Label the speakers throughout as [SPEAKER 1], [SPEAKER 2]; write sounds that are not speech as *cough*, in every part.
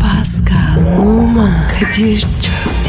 [SPEAKER 1] Pascal, Oman, Kadir çok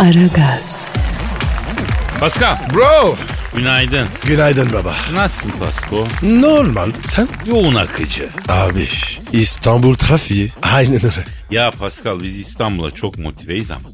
[SPEAKER 1] Aragaz,
[SPEAKER 2] Pascal.
[SPEAKER 3] Bro.
[SPEAKER 2] Günaydın.
[SPEAKER 3] Günaydın baba.
[SPEAKER 2] Nasılsın Pasko?
[SPEAKER 3] Normal. Sen?
[SPEAKER 2] Yoğun akıcı.
[SPEAKER 3] Abi İstanbul trafiği. Aynen öyle.
[SPEAKER 2] Ya Pascal biz İstanbul'a çok motiveyiz ama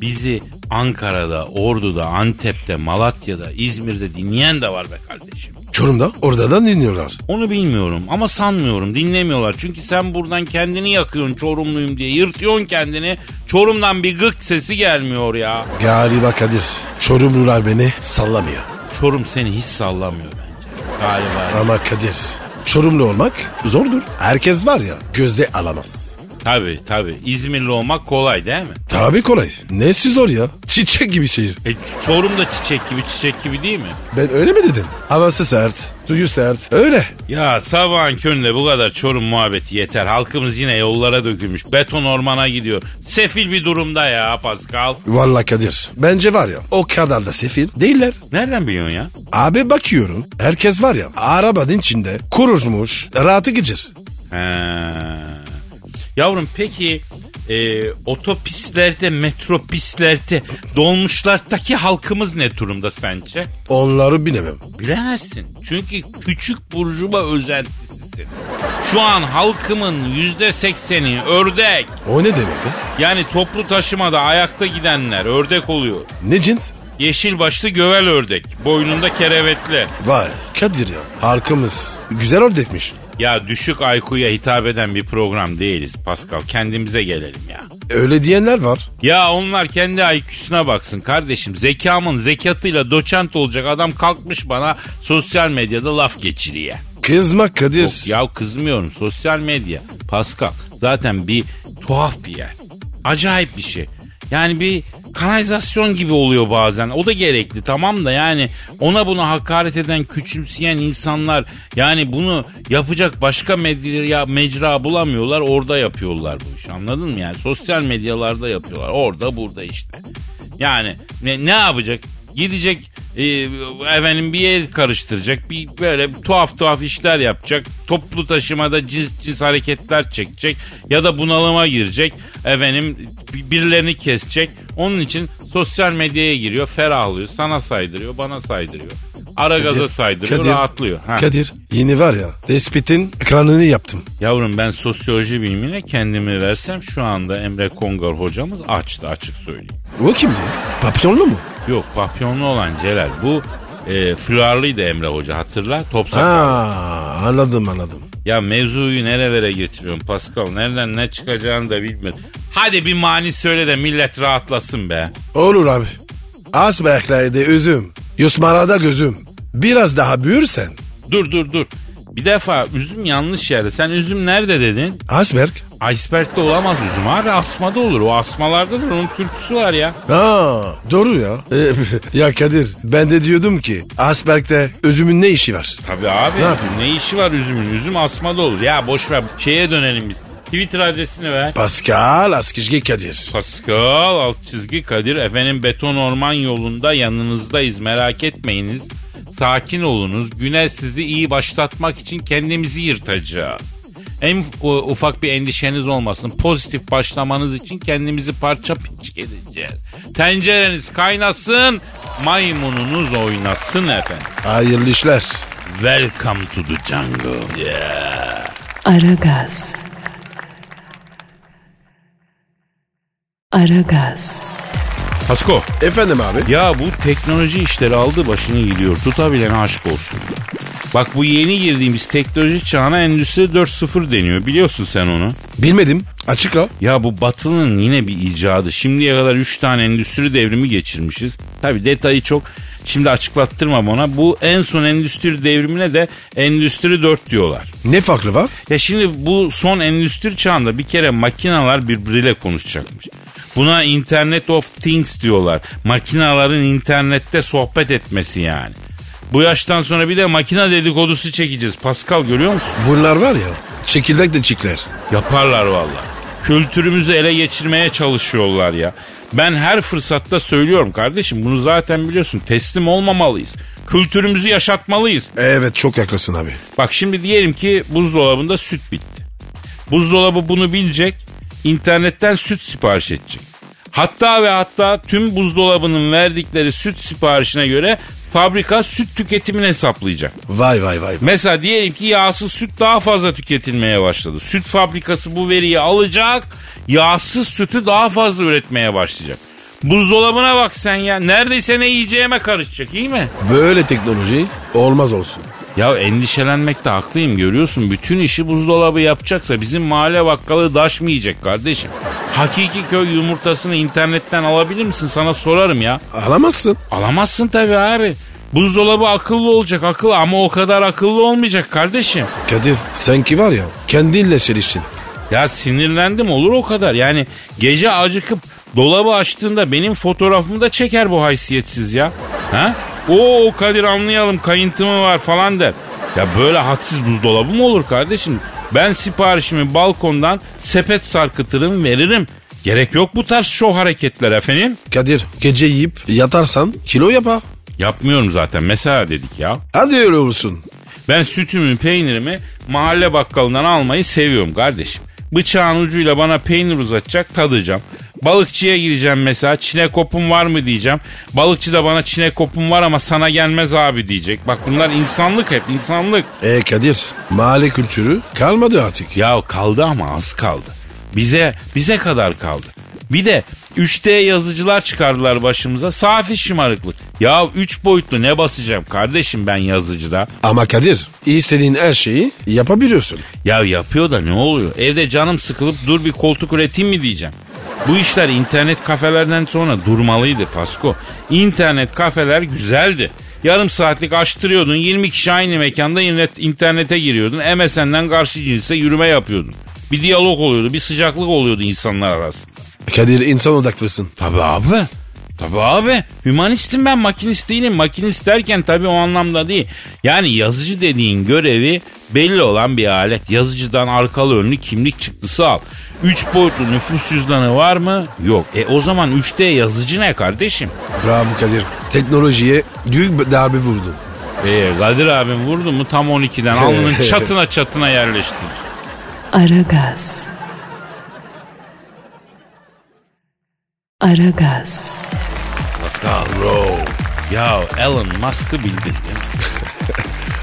[SPEAKER 2] bizi Ankara'da, Ordu'da, Antep'te, Malatya'da, İzmir'de dinleyen de var be kardeşim.
[SPEAKER 3] Çorum'da oradan dinliyorlar.
[SPEAKER 2] Onu bilmiyorum ama sanmıyorum dinlemiyorlar. Çünkü sen buradan kendini yakıyorsun Çorumluyum diye yırtıyorsun kendini. Çorum'dan bir gık sesi gelmiyor ya.
[SPEAKER 3] Galiba Kadir. Çorumlular beni sallamıyor.
[SPEAKER 2] Çorum seni hiç sallamıyor bence. Galiba.
[SPEAKER 3] Ama Kadir. Çorumlu olmak zordur. Herkes var ya göze alamaz.
[SPEAKER 2] Tabii tabii. İzmirli olmak kolay değil mi?
[SPEAKER 3] Tabii kolay. Nesi zor ya? Çiçek gibi şehir.
[SPEAKER 2] E, Çorum da çiçek gibi çiçek gibi değil mi?
[SPEAKER 3] Ben öyle mi dedin? Havası sert, suyu sert. Öyle.
[SPEAKER 2] Ya sabahın köründe bu kadar çorum muhabbeti yeter. Halkımız yine yollara dökülmüş. Beton ormana gidiyor. Sefil bir durumda ya Pascal.
[SPEAKER 3] Vallahi Kadir. Bence var ya o kadar da sefil değiller.
[SPEAKER 2] Nereden biliyorsun ya?
[SPEAKER 3] Abi bakıyorum herkes var ya arabanın içinde kuruşmuş rahatı gıcır.
[SPEAKER 2] He. Yavrum peki e, otopistlerde, metropistlerde, dolmuşlardaki halkımız ne durumda sence?
[SPEAKER 3] Onları bilemem.
[SPEAKER 2] Bilemezsin. Çünkü küçük burjuva özentisisin. Şu an halkımın yüzde sekseni ördek.
[SPEAKER 3] O ne demek be?
[SPEAKER 2] Yani toplu taşımada ayakta gidenler ördek oluyor.
[SPEAKER 3] Ne cins?
[SPEAKER 2] Yeşil başlı gövel ördek. Boynunda kerevetli.
[SPEAKER 3] Vay Kadir ya halkımız güzel ördekmiş.
[SPEAKER 2] Ya düşük IQ'ya hitap eden bir program değiliz Pascal. Kendimize gelelim ya.
[SPEAKER 3] Öyle diyenler var.
[SPEAKER 2] Ya onlar kendi IQ'suna baksın kardeşim. Zekamın zekatıyla doçent olacak adam kalkmış bana sosyal medyada laf geçiriyor.
[SPEAKER 3] Kızma Kadir.
[SPEAKER 2] Yok ya kızmıyorum sosyal medya Pascal zaten bir tuhaf bir yer. Acayip bir şey. Yani bir kanalizasyon gibi oluyor bazen. O da gerekli tamam da yani ona buna hakaret eden, küçümseyen insanlar yani bunu yapacak başka medya, mecra bulamıyorlar. Orada yapıyorlar bu işi anladın mı? Yani sosyal medyalarda yapıyorlar. Orada burada işte. Yani ne, ne yapacak? Gidecek e, efendim bir yer karıştıracak. Bir böyle tuhaf tuhaf işler yapacak. Toplu taşımada cins cins hareketler çekecek. Ya da bunalıma girecek. Efendim bi- birilerini kesecek. Onun için sosyal medyaya giriyor. Ferahlıyor. Sana saydırıyor. Bana saydırıyor. Ara gaza saydırıyor. Rahatlıyor. Ha.
[SPEAKER 3] Kadir yeni var ya tespitin ekranını yaptım.
[SPEAKER 2] Yavrum ben sosyoloji bilimine kendimi versem şu anda Emre Kongar hocamız açtı açık söyleyeyim.
[SPEAKER 3] O kimdi? Papyonlu mu?
[SPEAKER 2] Yok papyonlu olan Celal bu e, florlıydı Emre Hoca hatırla top sakal.
[SPEAKER 3] Ha anladım anladım.
[SPEAKER 2] Ya mevzuyu nerelere getiriyorsun Pascal nereden ne çıkacağını da bilmiyorum. Hadi bir mani söyle de millet rahatlasın be.
[SPEAKER 3] Olur abi. Az bekledi üzüm. Yusmarada gözüm. Biraz daha büyürsen.
[SPEAKER 2] Dur dur dur. Bir defa üzüm yanlış yerde. Sen üzüm nerede dedin?
[SPEAKER 3] Asberg.
[SPEAKER 2] Iceberg'de olamaz üzüm abi asmada olur. O asmalardadır onun türküsü var ya.
[SPEAKER 3] Ha doğru ya. Ee, *laughs* ya Kadir ben de diyordum ki Asberg'de özümün ne işi var?
[SPEAKER 2] Tabii abi.
[SPEAKER 3] Ne
[SPEAKER 2] Ne,
[SPEAKER 3] yapayım?
[SPEAKER 2] işi var üzümün? Üzüm asmada olur. Ya boş ver şeye dönelim biz. Twitter adresini ver.
[SPEAKER 3] Pascal Askizgi Kadir.
[SPEAKER 2] Pascal alt çizgi Kadir efendim beton orman yolunda yanınızdayız merak etmeyiniz. Sakin olunuz güne sizi iyi başlatmak için kendimizi yırtacağız. En u- ufak bir endişeniz olmasın. Pozitif başlamanız için kendimizi parça pinçik edeceğiz. Tencereniz kaynasın, maymununuz oynasın efendim.
[SPEAKER 3] Hayırlı işler.
[SPEAKER 2] Welcome to the jungle.
[SPEAKER 1] Aragaz. Aragaz,
[SPEAKER 2] Pasko,
[SPEAKER 3] Efendim abi.
[SPEAKER 2] Ya bu teknoloji işleri aldı başını gidiyor. Tutabilene aşk olsun. Bak bu yeni girdiğimiz teknoloji çağına Endüstri 4.0 deniyor. Biliyorsun sen onu.
[SPEAKER 3] Bilmedim. Açıkla.
[SPEAKER 2] Ya bu batının yine bir icadı. Şimdiye kadar 3 tane endüstri devrimi geçirmişiz. Tabi detayı çok. Şimdi açıklattırmam ona. Bu en son endüstri devrimine de endüstri 4 diyorlar.
[SPEAKER 3] Ne farklı var?
[SPEAKER 2] Ya şimdi bu son endüstri çağında bir kere makineler birbiriyle konuşacakmış. Buna Internet of Things diyorlar. Makinaların internette sohbet etmesi yani. Bu yaştan sonra bir de makina dedikodusu çekeceğiz. Pascal görüyor musun?
[SPEAKER 3] Bunlar var ya çekirdek de çikler.
[SPEAKER 2] Yaparlar vallahi. Kültürümüzü ele geçirmeye çalışıyorlar ya. Ben her fırsatta söylüyorum kardeşim bunu zaten biliyorsun. Teslim olmamalıyız. Kültürümüzü yaşatmalıyız.
[SPEAKER 3] Evet çok yaklasın abi.
[SPEAKER 2] Bak şimdi diyelim ki buzdolabında süt bitti. Buzdolabı bunu bilecek, internetten süt sipariş edecek. Hatta ve hatta tüm buzdolabının verdikleri süt siparişine göre fabrika süt tüketimini hesaplayacak.
[SPEAKER 3] Vay vay vay.
[SPEAKER 2] Mesela diyelim ki yağsız süt daha fazla tüketilmeye başladı. Süt fabrikası bu veriyi alacak, yağsız sütü daha fazla üretmeye başlayacak. Buzdolabına bak sen ya. Neredeyse ne yiyeceğime karışacak iyi mi?
[SPEAKER 3] Böyle teknoloji olmaz olsun.
[SPEAKER 2] Ya endişelenmekte haklıyım görüyorsun. Bütün işi buzdolabı yapacaksa bizim mahalle bakkalı daş mı yiyecek kardeşim? Hakiki köy yumurtasını internetten alabilir misin? Sana sorarım ya.
[SPEAKER 3] Alamazsın.
[SPEAKER 2] Alamazsın tabii abi. Buzdolabı akıllı olacak akıllı ama o kadar akıllı olmayacak kardeşim.
[SPEAKER 3] Kadir sen ki var ya kendinle çeliştin.
[SPEAKER 2] Ya sinirlendim olur o kadar. Yani gece acıkıp dolabı açtığında benim fotoğrafımı da çeker bu haysiyetsiz ya. Ha? Oo Kadir anlayalım kayıntımı var falan der. Ya böyle hadsiz buzdolabı mı olur kardeşim? Ben siparişimi balkondan sepet sarkıtırım veririm. Gerek yok bu tarz şov hareketler efendim.
[SPEAKER 3] Kadir gece yiyip yatarsan kilo yapar.
[SPEAKER 2] Yapmıyorum zaten mesela dedik ya.
[SPEAKER 3] Hadi öyle olsun.
[SPEAKER 2] Ben sütümü, peynirimi mahalle bakkalından almayı seviyorum kardeşim. Bıçağın ucuyla bana peynir uzatacak, tadacağım. Balıkçıya gireceğim mesela, çinekopum var mı diyeceğim. Balıkçı da bana çinekopum var ama sana gelmez abi diyecek. Bak bunlar insanlık hep, insanlık.
[SPEAKER 3] E Kadir mahalle kültürü kalmadı artık.
[SPEAKER 2] Ya kaldı ama az kaldı. Bize bize kadar kaldı. Bir de 3D yazıcılar çıkardılar başımıza. Safi şımarıklık. Ya 3 boyutlu ne basacağım kardeşim ben yazıcıda?
[SPEAKER 3] Ama Kadir istediğin her şeyi yapabiliyorsun.
[SPEAKER 2] Ya yapıyor da ne oluyor? Evde canım sıkılıp dur bir koltuk üreteyim mi diyeceğim. Bu işler internet kafelerden sonra durmalıydı Pasko. İnternet kafeler güzeldi. Yarım saatlik açtırıyordun 20 kişi aynı mekanda internet- internete giriyordun. MSN'den karşı cinse yürüme yapıyordun. Bir diyalog oluyordu bir sıcaklık oluyordu insanlar arasında.
[SPEAKER 3] Kadir insan odaklısın.
[SPEAKER 2] Tabii abi. Tabii abi. Hümanistim ben makinist değilim. Makinist derken tabii o anlamda değil. Yani yazıcı dediğin görevi belli olan bir alet. Yazıcıdan arkalı önlü kimlik çıktısı al. Üç boyutlu nüfus cüzdanı var mı? Yok. E o zaman 3D yazıcı ne kardeşim?
[SPEAKER 3] Bravo Kadir. Teknolojiye büyük bir darbe vurdun.
[SPEAKER 2] E Kadir abim vurdu mu tam 12'den alnının çatına çatına yerleştirir.
[SPEAKER 1] Aragaz. Aragaz.
[SPEAKER 2] Pascal bro. Ya Elon Musk'ı bildin değil mi?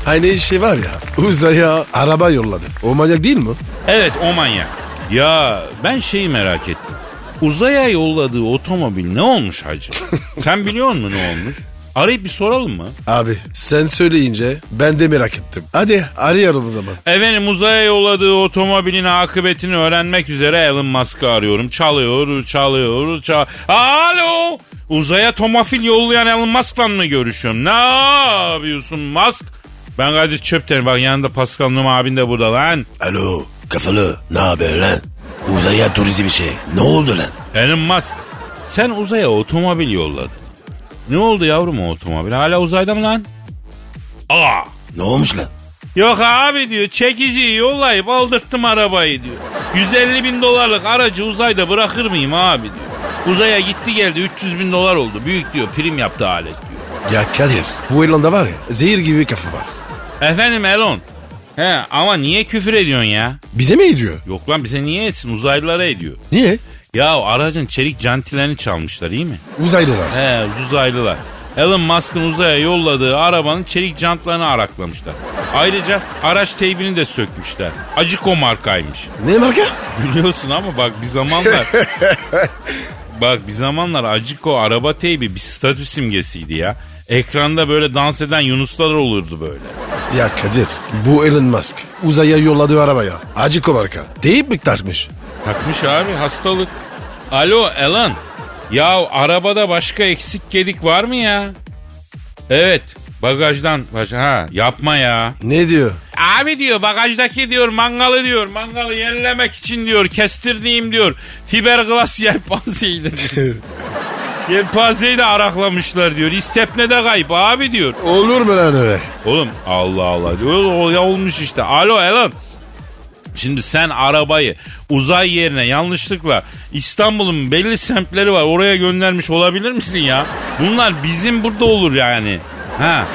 [SPEAKER 3] Aynı işi var ya uzaya araba yolladı. O manyak değil mi?
[SPEAKER 2] Evet o manyak. Ya ben şeyi merak ettim. Uzaya yolladığı otomobil ne olmuş hacı? Sen biliyor musun ne olmuş? Arayıp bir soralım mı?
[SPEAKER 3] Abi sen söyleyince ben de merak ettim. Hadi arayalım o zaman.
[SPEAKER 2] Efendim uzaya yolladığı otomobilin akıbetini öğrenmek üzere Elon Musk'ı arıyorum. Çalıyor, çalıyor, çal... Alo! Uzaya tomafil yollayan Elon Musk'la mı görüşüyorum? Ne yapıyorsun Musk? Ben Kadir Çöpten bak yanında Pascal Numa abin de burada lan.
[SPEAKER 4] Alo kafalı ne haber lan? Uzaya turizm işi ne oldu lan?
[SPEAKER 2] Elon Musk sen uzaya otomobil yolladın. Ne oldu yavrum o otomobil? Hala uzayda mı lan? Aa.
[SPEAKER 4] Ne olmuş lan?
[SPEAKER 2] Yok abi diyor çekiciyi yollayıp aldırttım arabayı diyor. 150 bin dolarlık aracı uzayda bırakır mıyım abi diyor. Uzaya gitti geldi 300 bin dolar oldu. Büyük diyor prim yaptı alet diyor.
[SPEAKER 3] Ya Kadir bu İrlanda var ya zehir gibi kafa var.
[SPEAKER 2] Efendim Elon. He ama niye küfür ediyorsun ya?
[SPEAKER 3] Bize mi ediyor?
[SPEAKER 2] Yok lan bize niye etsin uzaylılara ediyor.
[SPEAKER 3] Niye?
[SPEAKER 2] Ya aracın çelik cantilerini çalmışlar iyi mi?
[SPEAKER 3] Uzaylılar.
[SPEAKER 2] He uzaylılar. Elon Musk'ın uzaya yolladığı arabanın çelik jantlarını araklamışlar. Ayrıca araç teybini de sökmüşler. Acıko *laughs* markaymış.
[SPEAKER 3] Ne marka?
[SPEAKER 2] Gülüyorsun ama bak bir zamanlar... bak bir zamanlar Aciko araba teybi bir statü simgesiydi ya. Ekranda böyle dans eden yunuslar olurdu böyle.
[SPEAKER 3] Ya Kadir bu Elon Musk uzaya yolladığı arabaya. Aciko marka. Deyip mi takmış?
[SPEAKER 2] Takmış abi hastalık. Alo Elon. Ya arabada başka eksik gedik var mı ya? Evet bagajdan baş- ha yapma ya.
[SPEAKER 3] Ne diyor?
[SPEAKER 2] Abi diyor bagajdaki diyor mangalı diyor mangalı yenilemek için diyor kestirdiğim diyor fiberglass yelpazeyi de diyor. Yelpazeyi de araklamışlar diyor. İstepnede kayıp abi diyor.
[SPEAKER 3] Olur mu lan öyle?
[SPEAKER 2] Oğlum Allah Allah diyor. O ya olmuş işte. Alo Elon. Şimdi sen arabayı uzay yerine yanlışlıkla İstanbul'un belli semtleri var oraya göndermiş olabilir misin ya? Bunlar bizim burada olur yani. Ha.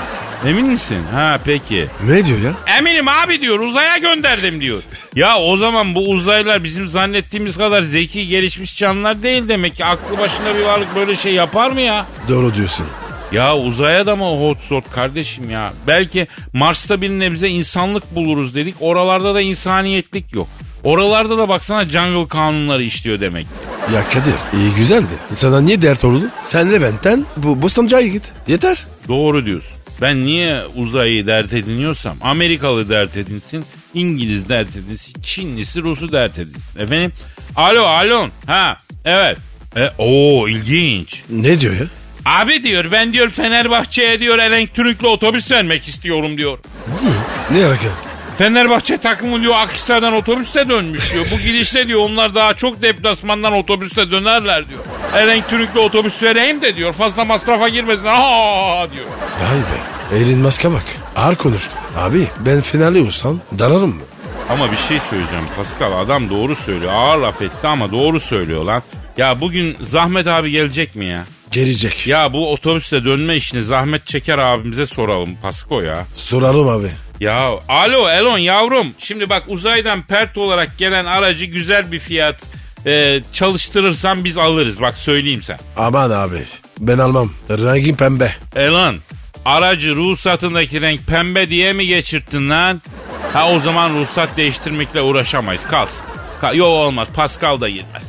[SPEAKER 2] Emin misin? Ha peki.
[SPEAKER 3] Ne diyor ya?
[SPEAKER 2] Eminim abi diyor uzaya gönderdim diyor. Ya o zaman bu uzaylılar bizim zannettiğimiz kadar zeki gelişmiş canlılar değil demek ki. Aklı başında bir varlık böyle şey yapar mı ya?
[SPEAKER 3] Doğru diyorsun.
[SPEAKER 2] Ya uzaya da mı hot shot kardeşim ya? Belki Mars'ta bir nebze insanlık buluruz dedik. Oralarda da insaniyetlik yok. Oralarda da baksana jungle kanunları işliyor demek.
[SPEAKER 3] Ya Kadir iyi güzeldi. Sana niye dert oldu? Senle benden bu Bostancı'ya git. Yeter.
[SPEAKER 2] Doğru diyorsun. Ben niye uzayı dert ediniyorsam Amerikalı dert edinsin, İngiliz dert edinsin, Çinlisi, Rus'u dert edinsin. Efendim? Alo, alon. Ha, evet. E, o ilginç.
[SPEAKER 3] Ne diyor ya?
[SPEAKER 2] Abi diyor ben diyor Fenerbahçe'ye diyor Erenk Türüklü otobüs vermek istiyorum diyor.
[SPEAKER 3] Ne alaka?
[SPEAKER 2] Fenerbahçe takımı diyor Akhisar'dan otobüste dönmüş diyor. Bu gidişle diyor onlar daha çok deplasmandan otobüste dönerler diyor. Erenk Türüklü otobüs vereyim de diyor fazla masrafa girmesin ha diyor.
[SPEAKER 3] Vay be. Elin maske bak. Ağır konuştu. Abi ben finali olsam dararım mı?
[SPEAKER 2] Ama bir şey söyleyeceğim Pascal adam doğru söylüyor. Ağır laf etti ama doğru söylüyor lan. Ya bugün Zahmet abi gelecek mi ya?
[SPEAKER 3] Gelecek.
[SPEAKER 2] Ya bu otobüste dönme işini Zahmet Çeker abimize soralım Pasko ya.
[SPEAKER 3] Sorarım abi.
[SPEAKER 2] Ya alo Elon yavrum. Şimdi bak uzaydan pert olarak gelen aracı güzel bir fiyat e, çalıştırırsan biz alırız. Bak söyleyeyim sen.
[SPEAKER 3] Aman abi. Ben almam. Rengi pembe.
[SPEAKER 2] Elon aracı ruhsatındaki renk pembe diye mi geçirttin lan? Ha o zaman ruhsat değiştirmekle uğraşamayız. Kalsın. Ka- Yo olmaz. Pascal da girmez.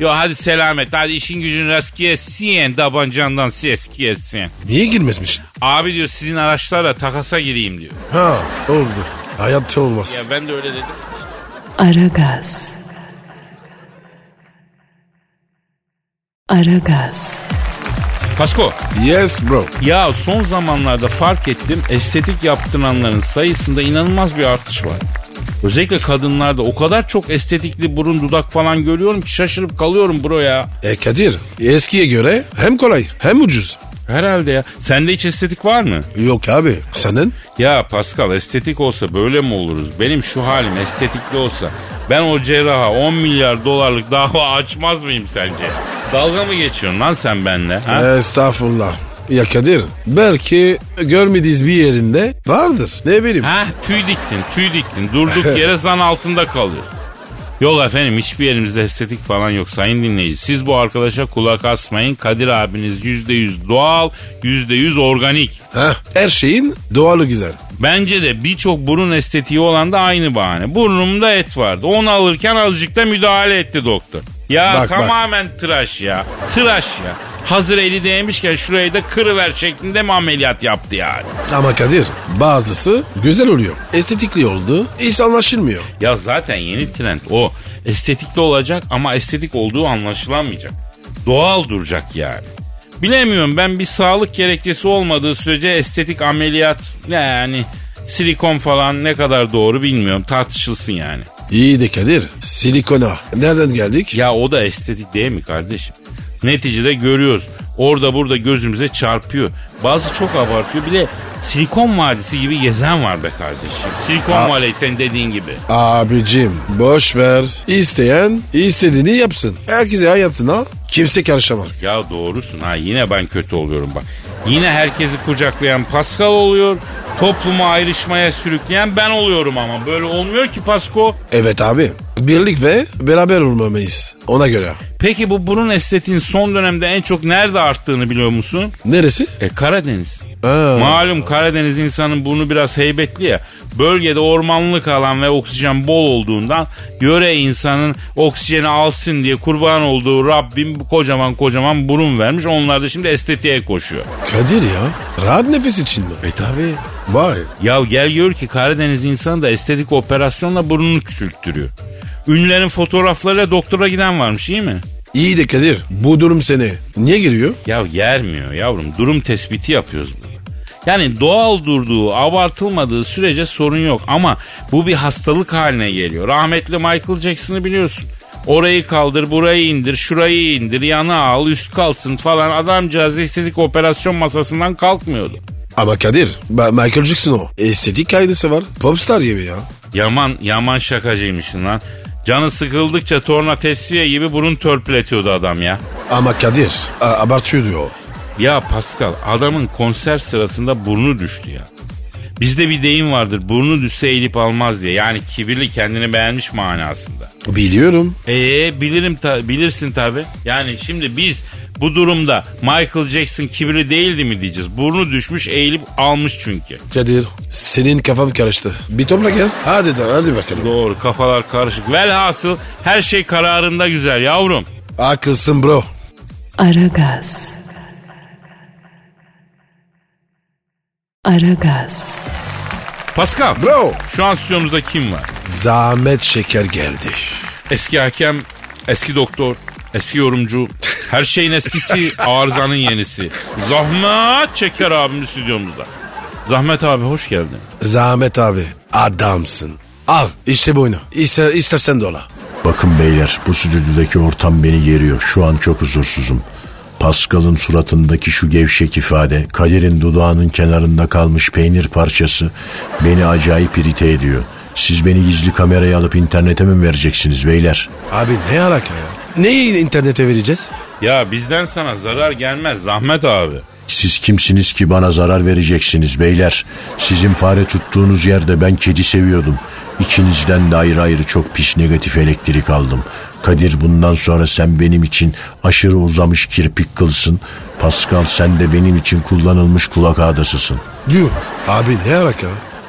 [SPEAKER 2] Yo hadi selamet. Hadi işin gücün rast gelsin. Tabancandan ses gelsin.
[SPEAKER 3] Niye girmezmiş?
[SPEAKER 2] Abi diyor sizin araçlarla takasa gireyim diyor.
[SPEAKER 3] Ha oldu. Hayatta olmaz.
[SPEAKER 2] Ya ben de öyle dedim.
[SPEAKER 1] Aragaz. Aragaz.
[SPEAKER 2] Pasko.
[SPEAKER 3] Yes bro.
[SPEAKER 2] Ya son zamanlarda fark ettim estetik yaptıranların sayısında inanılmaz bir artış var. Özellikle kadınlarda o kadar çok estetikli burun dudak falan görüyorum ki şaşırıp kalıyorum bro ya.
[SPEAKER 3] E Kadir eskiye göre hem kolay hem ucuz.
[SPEAKER 2] Herhalde ya. Sende hiç estetik var mı?
[SPEAKER 3] Yok abi senin?
[SPEAKER 2] Ya Pascal estetik olsa böyle mi oluruz? Benim şu halim estetikli olsa ben o cerraha 10 milyar dolarlık dava *laughs* açmaz mıyım sence? Dalga mı geçiyorsun lan sen benimle? Ha?
[SPEAKER 3] Estağfurullah. Ya Kadir belki görmediğiniz bir yerinde vardır. Ne bileyim.
[SPEAKER 2] Ha tüy diktin tüy diktin durduk
[SPEAKER 3] *laughs*
[SPEAKER 2] yere zan altında kalıyor. Yok efendim hiçbir yerimizde estetik falan yok sayın dinleyici. Siz bu arkadaşa kulak asmayın. Kadir abiniz %100 doğal, %100 organik.
[SPEAKER 3] Ha, her şeyin doğalı güzel.
[SPEAKER 2] Bence de birçok burun estetiği olan da aynı bahane. Burnumda et vardı. Onu alırken azıcık da müdahale etti doktor. Ya
[SPEAKER 3] Bak, bak.
[SPEAKER 2] tamamen tıraş ya. Tıraş ya. Hazır eli değmişken şurayı da kırıver şeklinde mi ameliyat yaptı yani?
[SPEAKER 3] Ama Kadir bazısı güzel oluyor. Estetikli oldu. Hiç anlaşılmıyor.
[SPEAKER 2] Ya zaten yeni trend o. Estetikli olacak ama estetik olduğu anlaşılamayacak. Doğal duracak yani. Bilemiyorum ben bir sağlık gerekçesi olmadığı sürece estetik ameliyat yani silikon falan ne kadar doğru bilmiyorum tartışılsın yani.
[SPEAKER 3] İyi de Kadir silikona nereden geldik?
[SPEAKER 2] Ya o da estetik değil mi kardeşim? Neticede görüyoruz. Orada burada gözümüze çarpıyor. Bazı çok abartıyor. Bir de silikon vadisi gibi gezen var be kardeşim. Silikon vadisi senin dediğin gibi.
[SPEAKER 3] Abicim boş ver. İsteyen istediğini yapsın. Herkese hayatına kimse karışamaz.
[SPEAKER 2] Ya doğrusun ha yine ben kötü oluyorum bak. Yine herkesi kucaklayan Pascal oluyor. Toplumu ayrışmaya sürükleyen ben oluyorum ama. Böyle olmuyor ki Pasko.
[SPEAKER 3] Evet abi. Birlik ve beraber olmamayız. Ona göre.
[SPEAKER 2] Peki bu burun estetiğin son dönemde en çok nerede arttığını biliyor musun?
[SPEAKER 3] Neresi?
[SPEAKER 2] E Karadeniz.
[SPEAKER 3] Ha.
[SPEAKER 2] Malum Karadeniz insanın burnu biraz heybetli ya. Bölgede ormanlık alan ve oksijen bol olduğundan yöre insanın oksijeni alsın diye kurban olduğu Rabbim kocaman kocaman burun vermiş. Onlar da şimdi estetiğe koşuyor.
[SPEAKER 3] Kadir ya. Rahat nefes için mi?
[SPEAKER 2] E tabi.
[SPEAKER 3] Vay.
[SPEAKER 2] Ya gel gör ki Karadeniz insanı da estetik operasyonla burnunu küçülttürüyor. Ünlülerin fotoğraflarıyla doktora giden varmış iyi mi?
[SPEAKER 3] İyi de Kadir. Bu durum seni niye giriyor?
[SPEAKER 2] Ya yermiyor yavrum durum tespiti yapıyoruz burada. Yani doğal durduğu, abartılmadığı sürece sorun yok. Ama bu bir hastalık haline geliyor. Rahmetli Michael Jackson'ı biliyorsun. Orayı kaldır, burayı indir, şurayı indir, yana al, üst kalsın falan. Adamcağız estetik operasyon masasından kalkmıyordu.
[SPEAKER 3] Ama Kadir, ben Michael Jackson o. Estetik kaydısı var. Popstar gibi ya.
[SPEAKER 2] Yaman, yaman şakacıymışsın lan. Canı sıkıldıkça torna tesviye gibi burun törpületiyordu adam ya.
[SPEAKER 3] Ama Kadir, a- abartıyordu o.
[SPEAKER 2] Ya Pascal adamın konser sırasında burnu düştü ya. Bizde bir deyim vardır burnu düşse eğilip almaz diye. Yani kibirli kendini beğenmiş manasında.
[SPEAKER 3] Biliyorum.
[SPEAKER 2] Ee bilirim ta- bilirsin tabi. Yani şimdi biz bu durumda Michael Jackson kibirli değildi mi diyeceğiz. Burnu düşmüş eğilip almış çünkü.
[SPEAKER 3] Kadir, senin kafam karıştı. Bir topla gel. Hadi de, hadi bakalım.
[SPEAKER 2] Doğru kafalar karışık. Velhasıl her şey kararında güzel yavrum.
[SPEAKER 3] Haklısın bro.
[SPEAKER 1] Aragaz. Aragaz.
[SPEAKER 2] Pascal
[SPEAKER 3] Bro.
[SPEAKER 2] şu an stüdyomuzda kim var?
[SPEAKER 3] Zahmet şeker geldi.
[SPEAKER 2] Eski hakem, eski doktor, eski yorumcu. Her şeyin eskisi, arızanın yenisi. Zahmet Çeker abimiz stüdyomuzda. Zahmet abi hoş geldin.
[SPEAKER 3] Zahmet abi, adamsın. Al, işte bu oyunu. İste, istersen dola.
[SPEAKER 4] Bakın beyler bu stüdyodaki ortam beni geriyor. Şu an çok huzursuzum. Pascal'ın suratındaki şu gevşek ifade, Kadir'in dudağının kenarında kalmış peynir parçası beni acayip irite ediyor. Siz beni gizli kameraya alıp internete mi vereceksiniz beyler?
[SPEAKER 3] Abi ne alaka ya? Neyi internete vereceğiz?
[SPEAKER 2] Ya bizden sana zarar gelmez Zahmet abi.
[SPEAKER 4] Siz kimsiniz ki bana zarar vereceksiniz beyler? Sizin fare tuttuğunuz yerde ben kedi seviyordum. İkinizden de ayrı ayrı çok pis negatif elektrik aldım. Kadir bundan sonra sen benim için aşırı uzamış kirpik kılsın. Pascal sen de benim için kullanılmış kulak ağdasısın.
[SPEAKER 3] Yuh. Abi ne alaka?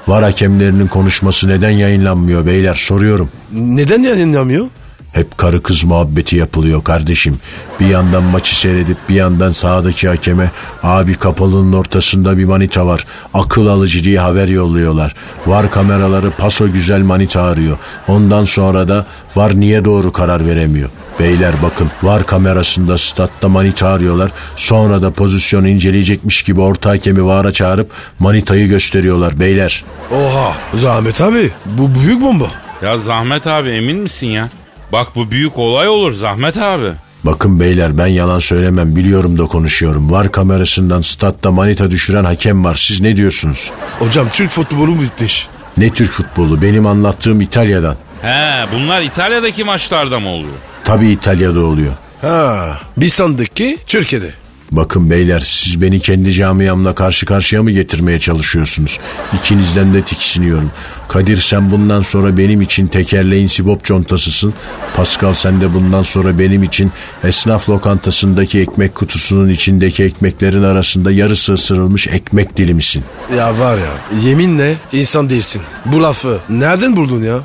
[SPEAKER 4] Var hakemlerinin konuşması neden yayınlanmıyor beyler soruyorum.
[SPEAKER 3] Neden yayınlamıyor?
[SPEAKER 4] Hep karı kız muhabbeti yapılıyor kardeşim. Bir yandan maçı seyredip bir yandan sahadaki hakeme abi kapalının ortasında bir manita var. Akıl alıcı diye haber yolluyorlar. Var kameraları paso güzel manita arıyor. Ondan sonra da var niye doğru karar veremiyor. Beyler bakın var kamerasında statta manita arıyorlar. Sonra da pozisyonu inceleyecekmiş gibi orta hakemi vara çağırıp manitayı gösteriyorlar beyler.
[SPEAKER 3] Oha. Zahmet abi, bu büyük bomba.
[SPEAKER 2] Ya Zahmet abi emin misin ya? Bak bu büyük olay olur Zahmet abi.
[SPEAKER 4] Bakın beyler ben yalan söylemem biliyorum da konuşuyorum. Var kamerasından statta manita düşüren hakem var. Siz ne diyorsunuz?
[SPEAKER 3] Hocam Türk futbolu bitmiş.
[SPEAKER 4] Ne Türk futbolu benim anlattığım İtalya'dan.
[SPEAKER 2] He bunlar İtalya'daki maçlarda mı oluyor?
[SPEAKER 4] Tabii İtalya'da oluyor.
[SPEAKER 3] Ha, bir sandık ki Türkiye'de.
[SPEAKER 4] Bakın beyler siz beni kendi camiamla karşı karşıya mı getirmeye çalışıyorsunuz? İkinizden de tiksiniyorum. Kadir sen bundan sonra benim için tekerleğin sibop contasısın. Pascal sen de bundan sonra benim için esnaf lokantasındaki ekmek kutusunun içindeki ekmeklerin arasında yarısı ısırılmış ekmek dilimisin.
[SPEAKER 3] Ya var ya, yeminle insan değilsin. Bu lafı nereden buldun ya?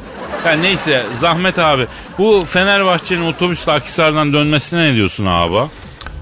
[SPEAKER 2] Ya neyse Zahmet abi bu Fenerbahçe'nin otobüsle Akhisar'dan dönmesine ne diyorsun abi?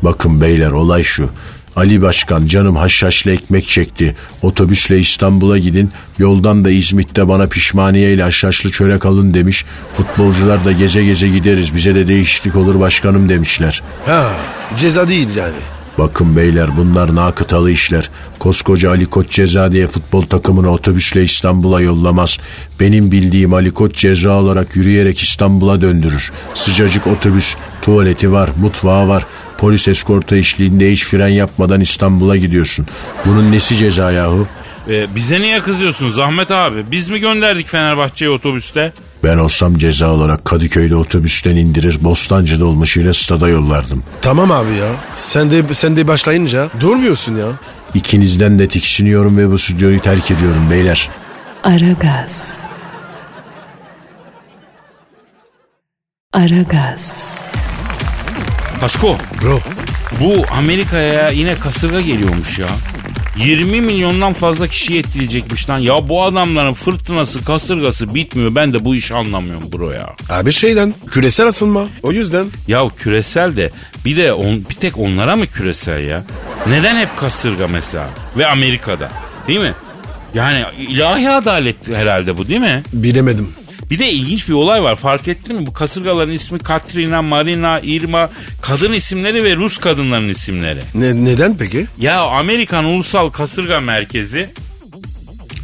[SPEAKER 4] Bakın beyler olay şu. Ali Başkan canım haşhaşlı ekmek çekti. Otobüsle İstanbul'a gidin. Yoldan da İzmit'te bana pişmaniye ile haşhaşlı çörek alın demiş. Futbolcular da geze geze gideriz. Bize de değişiklik olur başkanım demişler.
[SPEAKER 3] Ha, ceza değil yani.
[SPEAKER 4] Bakın beyler bunlar nakıtalı işler. Koskoca Ali Koç ceza diye futbol takımını otobüsle İstanbul'a yollamaz. Benim bildiğim Ali Koç ceza olarak yürüyerek İstanbul'a döndürür. Sıcacık otobüs, tuvaleti var, mutfağı var. Polis eskorta eşliğinde hiç fren yapmadan İstanbul'a gidiyorsun. Bunun nesi ceza yahu?
[SPEAKER 2] Ee, bize niye kızıyorsun Zahmet abi? Biz mi gönderdik Fenerbahçe'yi otobüste?
[SPEAKER 4] Ben olsam ceza olarak Kadıköy'de otobüsten indirir Bostancı dolmuşuyla stada yollardım.
[SPEAKER 3] Tamam abi ya. Sen de sen de başlayınca durmuyorsun ya.
[SPEAKER 4] İkinizden de tiksiniyorum ve bu stüdyoyu terk ediyorum beyler.
[SPEAKER 1] Aragaz. Aragaz.
[SPEAKER 2] Pasko
[SPEAKER 3] Bro,
[SPEAKER 2] bu Amerika'ya yine kasırga geliyormuş ya. 20 milyondan fazla kişi etkileyecekmiş lan. Ya bu adamların fırtınası kasırgası bitmiyor. Ben de bu işi anlamıyorum bro ya.
[SPEAKER 3] abi şeyden küresel ısınma. O yüzden
[SPEAKER 2] Ya küresel de bir de on, bir tek onlara mı küresel ya? Neden hep kasırga mesela? Ve Amerika'da değil mi? Yani ilahi adalet herhalde bu değil mi?
[SPEAKER 3] bilemedim.
[SPEAKER 2] Bir de ilginç bir olay var fark ettin mi? Bu kasırgaların ismi Katrina, Marina, Irma, kadın isimleri ve Rus kadınların isimleri.
[SPEAKER 3] Ne, neden peki?
[SPEAKER 2] Ya Amerikan Ulusal Kasırga Merkezi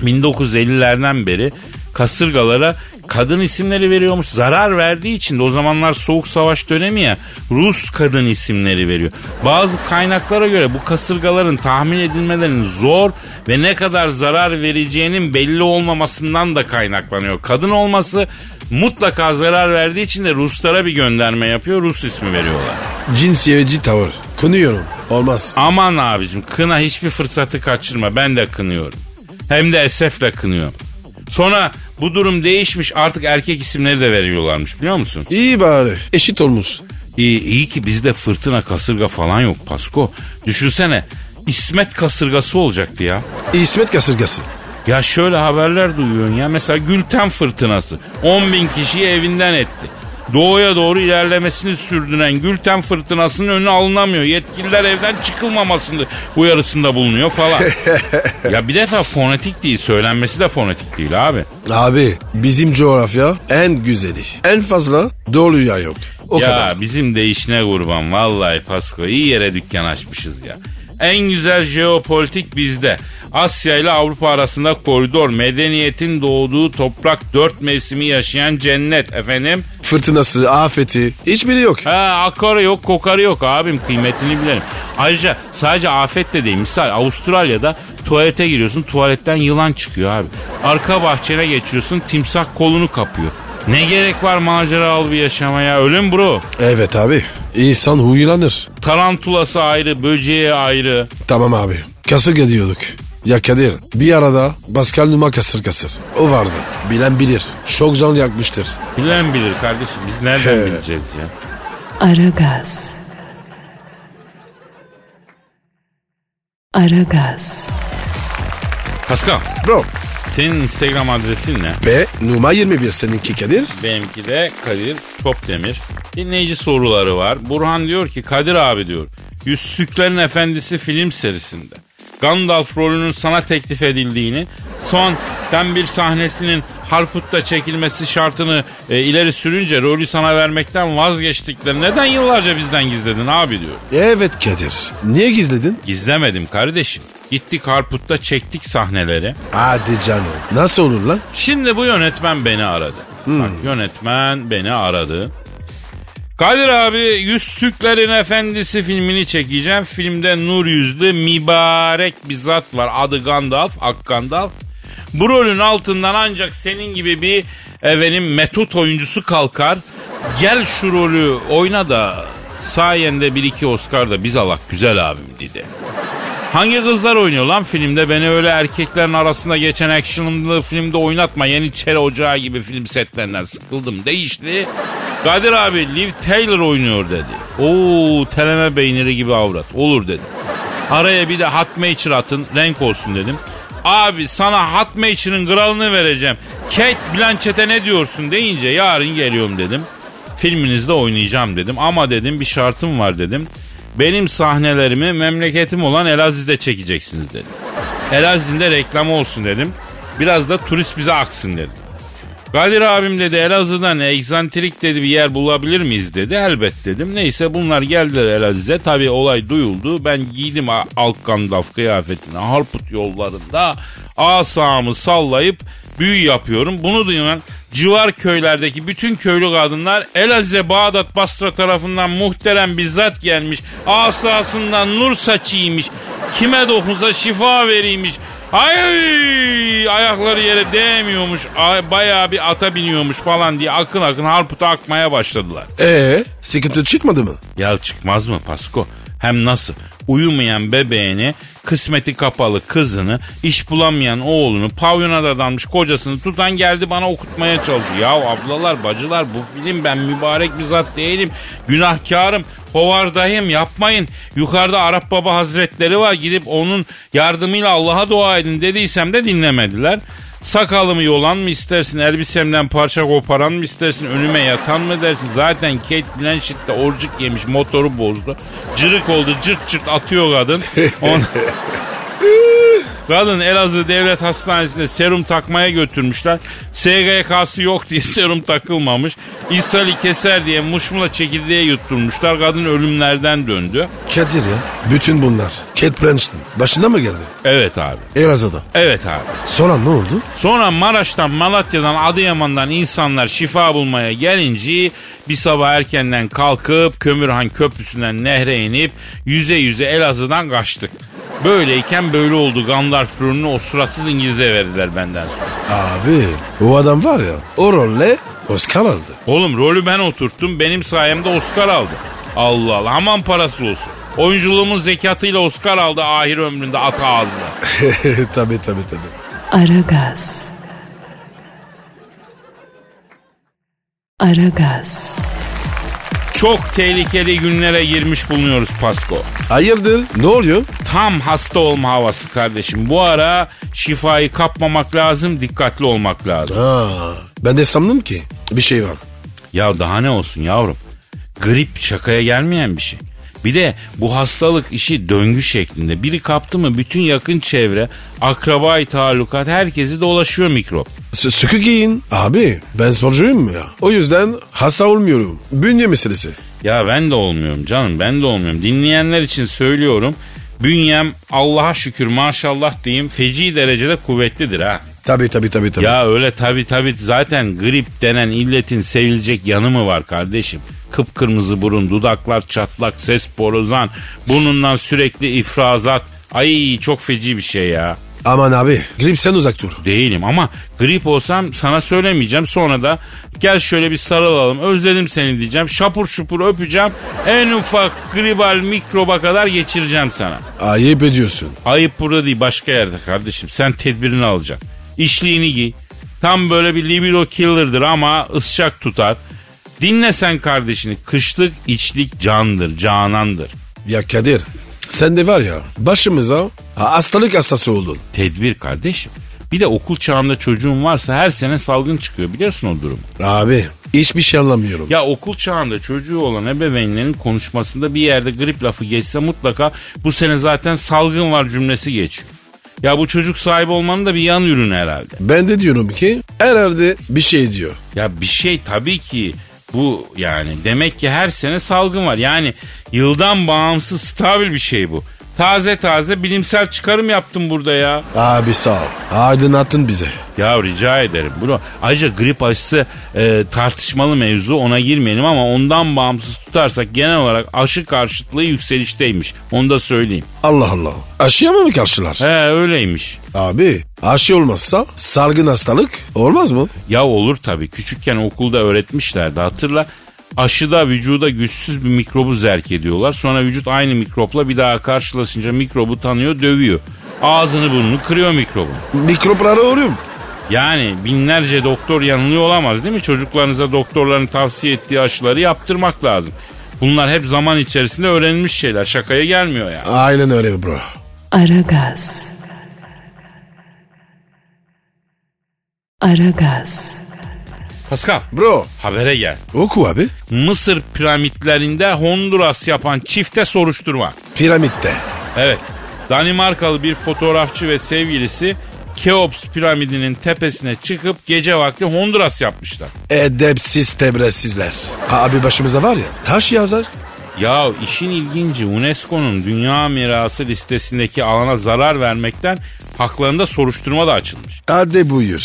[SPEAKER 2] 1950'lerden beri kasırgalara kadın isimleri veriyormuş. Zarar verdiği için de o zamanlar soğuk savaş dönemi ya Rus kadın isimleri veriyor. Bazı kaynaklara göre bu kasırgaların tahmin edilmelerinin zor ve ne kadar zarar vereceğinin belli olmamasından da kaynaklanıyor. Kadın olması mutlaka zarar verdiği için de Ruslara bir gönderme yapıyor. Rus ismi veriyorlar.
[SPEAKER 3] Cinsiyetçi tavır. Kınıyorum. Olmaz.
[SPEAKER 2] Aman abicim kına hiçbir fırsatı kaçırma ben de kınıyorum. Hem de esefle kınıyorum. Sonra bu durum değişmiş artık erkek isimleri de veriyorlarmış biliyor musun?
[SPEAKER 3] İyi bari. Eşit olmuş.
[SPEAKER 2] İyi, iyi ki bizde fırtına kasırga falan yok Pasko. Düşünsene İsmet kasırgası olacaktı ya.
[SPEAKER 3] İsmet kasırgası.
[SPEAKER 2] Ya şöyle haberler duyuyorsun ya. Mesela Gülten fırtınası 10 bin kişiyi evinden etti. Doğuya doğru ilerlemesini sürdüren Gülten fırtınasının önü alınamıyor. Yetkililer evden çıkılmamasını uyarısında bulunuyor falan. ya bir defa fonetik değil söylenmesi de fonetik değil abi.
[SPEAKER 3] Abi bizim coğrafya en güzeli. En fazla doğru ya yok. O
[SPEAKER 2] ya
[SPEAKER 3] kadar.
[SPEAKER 2] bizim de işine kurban vallahi Pasko iyi yere dükkan açmışız ya. En güzel jeopolitik bizde. Asya ile Avrupa arasında koridor, medeniyetin doğduğu toprak, dört mevsimi yaşayan cennet efendim.
[SPEAKER 3] Fırtınası, afeti hiçbiri yok.
[SPEAKER 2] Ha akarı yok kokarı yok abim kıymetini bilelim. Ayrıca sadece afet de değil misal Avustralya'da tuvalete giriyorsun tuvaletten yılan çıkıyor abi. Arka bahçene geçiyorsun timsah kolunu kapıyor. Ne gerek var maceralı bir yaşamaya öyle mi bro?
[SPEAKER 3] Evet abi. İnsan huylanır.
[SPEAKER 2] Tarantulası ayrı, böceği ayrı.
[SPEAKER 3] Tamam abi. Kasırga diyorduk. Ya Kadir bir arada Pascal Numa kasır kasır. O vardı. Bilen bilir. Çok can yakmıştır.
[SPEAKER 2] Bilen bilir kardeşim biz nereden bileceğiz ya?
[SPEAKER 1] Aragaz. Aragaz.
[SPEAKER 2] Paskal
[SPEAKER 3] Bro
[SPEAKER 2] senin Instagram adresin ne?
[SPEAKER 3] B Numa 21 seninki Kadir.
[SPEAKER 2] Benimki de Kadir Topdemir. Dinleyici soruları var. Burhan diyor ki Kadir abi diyor. Yüzsüklerin Efendisi film serisinde. Gandalf rolünün sana teklif edildiğini, son sen bir sahnesinin Harput'ta çekilmesi şartını e, ileri sürünce rolü sana vermekten vazgeçtiklerini neden yıllarca bizden gizledin abi diyor.
[SPEAKER 3] Evet Kadir. Niye gizledin?
[SPEAKER 2] Gizlemedim kardeşim. Gittik Harput'ta çektik sahneleri.
[SPEAKER 3] Hadi canım. Nasıl olur lan?
[SPEAKER 2] Şimdi bu yönetmen beni aradı. Bak, yönetmen beni aradı. Kadir abi Yüzsüklerin Efendisi filmini çekeceğim. Filmde nur yüzlü mübarek bir zat var. Adı Gandalf, Ak Gandalf. Bu rolün altından ancak senin gibi bir efendim metot oyuncusu kalkar. Gel şu rolü oyna da sayende bir iki Oscar da biz alak güzel abim dedi. Hangi kızlar oynuyor lan filmde? Beni öyle erkeklerin arasında geçen action'lı filmde oynatma. Yeniçeri Ocağı gibi film setlerinden sıkıldım. Değişti. Kadir abi Liv Taylor oynuyor dedi. Oo teleme beyniri gibi avrat. Olur dedi. Araya bir de Hot Mature atın. Renk olsun dedim. Abi sana Hot Mature'ın kralını vereceğim. Kate Blanchett'e ne diyorsun deyince yarın geliyorum dedim. Filminizde oynayacağım dedim. Ama dedim bir şartım var dedim. Benim sahnelerimi memleketim olan Elaziz'de çekeceksiniz dedim. Elaziz'de reklamı olsun dedim. Biraz da turist bize aksın dedim. Kadir abim dedi Elazığ'dan egzantrik dedi bir yer bulabilir miyiz dedi. Elbet dedim. Neyse bunlar geldiler Elaziz'e. Tabii olay duyuldu. Ben giydim a- alt gandalf kıyafetini. Harput yollarında asamı sallayıp büyü yapıyorum. Bunu duyan civar köylerdeki bütün köylü kadınlar Elazığ Bağdat Basra tarafından muhterem bir zat gelmiş. Asasından nur saçıymış. Kime dokunsa şifa veriymiş. Ay ayakları yere değmiyormuş. Ay, bayağı bir ata biniyormuş falan diye akın akın harputa akmaya başladılar.
[SPEAKER 3] Ee, sıkıntı çıkmadı mı?
[SPEAKER 2] Ya çıkmaz mı Pasko? Hem nasıl? Uyumayan bebeğini, kısmeti kapalı kızını, iş bulamayan oğlunu, pavyona dadanmış kocasını tutan geldi bana okutmaya çalışıyor. Ya ablalar, bacılar bu film ben mübarek bir zat değilim. Günahkarım, hovardayım yapmayın. Yukarıda Arap Baba Hazretleri var gidip onun yardımıyla Allah'a dua edin dediysem de dinlemediler. Sakalımı yolan mı istersin, elbisemden parça koparan mı istersin, önüme yatan mı dersin? Zaten Kate Blanchett de orcuk yemiş, motoru bozdu. Cırık oldu, cırt cırt atıyor kadın. On... Kadın Elazığ Devlet Hastanesi'nde serum takmaya götürmüşler. SGK'sı yok diye *laughs* serum takılmamış. İshali keser diye muşmula çekirdeğe yutturmuşlar. Kadın ölümlerden döndü.
[SPEAKER 3] Kadir ya. Bütün bunlar. Kate Blanchett. Başına mı geldi?
[SPEAKER 2] Evet abi.
[SPEAKER 3] Elazığ'da.
[SPEAKER 2] Evet abi.
[SPEAKER 3] Sonra ne oldu?
[SPEAKER 2] Sonra Maraş'tan, Malatya'dan, Adıyaman'dan insanlar şifa bulmaya gelince bir sabah erkenden kalkıp Kömürhan Köprüsü'nden nehre inip yüze yüze Elazığ'dan kaçtık. Böyleyken böyle oldu. Gamlar fırını o suratsız İngiliz'e verdiler benden sonra.
[SPEAKER 3] Abi o adam var ya o rolle Oscar aldı.
[SPEAKER 2] Oğlum rolü ben oturttum. Benim sayemde Oscar aldı. Allah Allah aman parası olsun. Oyunculuğumun zekatıyla Oscar aldı ahir ömründe at ağzına.
[SPEAKER 3] tabii *laughs* tabii tabii.
[SPEAKER 1] Aragaz. Aragaz.
[SPEAKER 2] Çok tehlikeli günlere girmiş bulunuyoruz Pasko.
[SPEAKER 3] Hayırdır ne oluyor?
[SPEAKER 2] Tam hasta olma havası kardeşim. Bu ara şifayı kapmamak lazım, dikkatli olmak lazım.
[SPEAKER 3] Aa, ben de sandım ki bir şey var.
[SPEAKER 2] Ya daha ne olsun yavrum? Grip şakaya gelmeyen bir şey. Bir de bu hastalık işi döngü şeklinde. Biri kaptı mı bütün yakın çevre, akrabayı talukat herkesi dolaşıyor mikrop.
[SPEAKER 3] S- sıkı giyin. Abi ben sporcuyum ya. O yüzden hasta olmuyorum. Bünye meselesi.
[SPEAKER 2] Ya ben de olmuyorum canım ben de olmuyorum. Dinleyenler için söylüyorum. Bünyem Allah'a şükür maşallah diyeyim feci derecede kuvvetlidir ha.
[SPEAKER 3] Tabii tabii tabii tabii.
[SPEAKER 2] Ya öyle tabi tabi zaten grip denen illetin sevilecek yanı mı var kardeşim? Kıpkırmızı burun, dudaklar çatlak, ses borozan, burnundan sürekli ifrazat. Ay çok feci bir şey ya.
[SPEAKER 3] Aman abi grip sen uzak dur.
[SPEAKER 2] Değilim ama grip olsam sana söylemeyeceğim. Sonra da gel şöyle bir sarılalım özledim seni diyeceğim. Şapur şupur öpeceğim. En ufak gribal mikroba kadar geçireceğim sana.
[SPEAKER 3] Ayıp ediyorsun.
[SPEAKER 2] Ayıp burada değil başka yerde kardeşim. Sen tedbirini alacaksın. İşliğini giy. Tam böyle bir libido killer'dır ama ısçak tutar. Dinle sen kardeşini. Kışlık içlik candır, canandır.
[SPEAKER 3] Ya Kadir sen de var ya başımıza ha, hastalık hastası oldun.
[SPEAKER 2] Tedbir kardeşim. Bir de okul çağında çocuğun varsa her sene salgın çıkıyor biliyorsun o durumu.
[SPEAKER 3] Abi hiçbir şey anlamıyorum.
[SPEAKER 2] Ya okul çağında çocuğu olan ebeveynlerin konuşmasında bir yerde grip lafı geçse mutlaka bu sene zaten salgın var cümlesi geçiyor. Ya bu çocuk sahibi olmanın da bir yan ürünü herhalde.
[SPEAKER 3] Ben de diyorum ki herhalde bir şey diyor.
[SPEAKER 2] Ya bir şey tabii ki bu yani demek ki her sene salgın var. Yani yıldan bağımsız stabil bir şey bu. Taze taze bilimsel çıkarım yaptım burada ya.
[SPEAKER 3] Abi sağ ol. Aydınlattın bize.
[SPEAKER 2] Ya rica ederim bro. Ayrıca grip aşısı e, tartışmalı mevzu ona girmeyelim ama ondan bağımsız tutarsak genel olarak aşı karşıtlığı yükselişteymiş. Onu da söyleyeyim.
[SPEAKER 3] Allah Allah. Aşıya mı mı karşılar?
[SPEAKER 2] He öyleymiş.
[SPEAKER 3] Abi aşı olmazsa salgın hastalık olmaz mı?
[SPEAKER 2] Ya olur tabii. Küçükken okulda öğretmişlerdi hatırla. Aşıda vücuda güçsüz bir mikrobu zerk ediyorlar. Sonra vücut aynı mikropla bir daha karşılaşınca mikrobu tanıyor, dövüyor. Ağzını burnunu kırıyor mikrobun.
[SPEAKER 3] Mikroplara uğruyorum.
[SPEAKER 2] Yani binlerce doktor yanılıyor olamaz değil mi? Çocuklarınıza doktorların tavsiye ettiği aşıları yaptırmak lazım. Bunlar hep zaman içerisinde öğrenilmiş şeyler. Şakaya gelmiyor yani.
[SPEAKER 3] Aynen öyle bro.
[SPEAKER 1] Aragaz. Aragaz.
[SPEAKER 2] Pascal
[SPEAKER 3] Bro
[SPEAKER 2] habere gel.
[SPEAKER 3] oku abi.
[SPEAKER 2] Mısır piramitlerinde Honduras yapan çifte soruşturma.
[SPEAKER 3] Piramitte.
[SPEAKER 2] Evet. Danimarkalı bir fotoğrafçı ve sevgilisi Keops piramidinin tepesine çıkıp gece vakti Honduras yapmışlar.
[SPEAKER 3] Edepsiz tebresizler. Abi başımıza var ya taş yazar.
[SPEAKER 2] Ya işin ilginci UNESCO'nun dünya mirası listesindeki alana zarar vermekten haklarında soruşturma da açılmış.
[SPEAKER 3] Hadi buyur.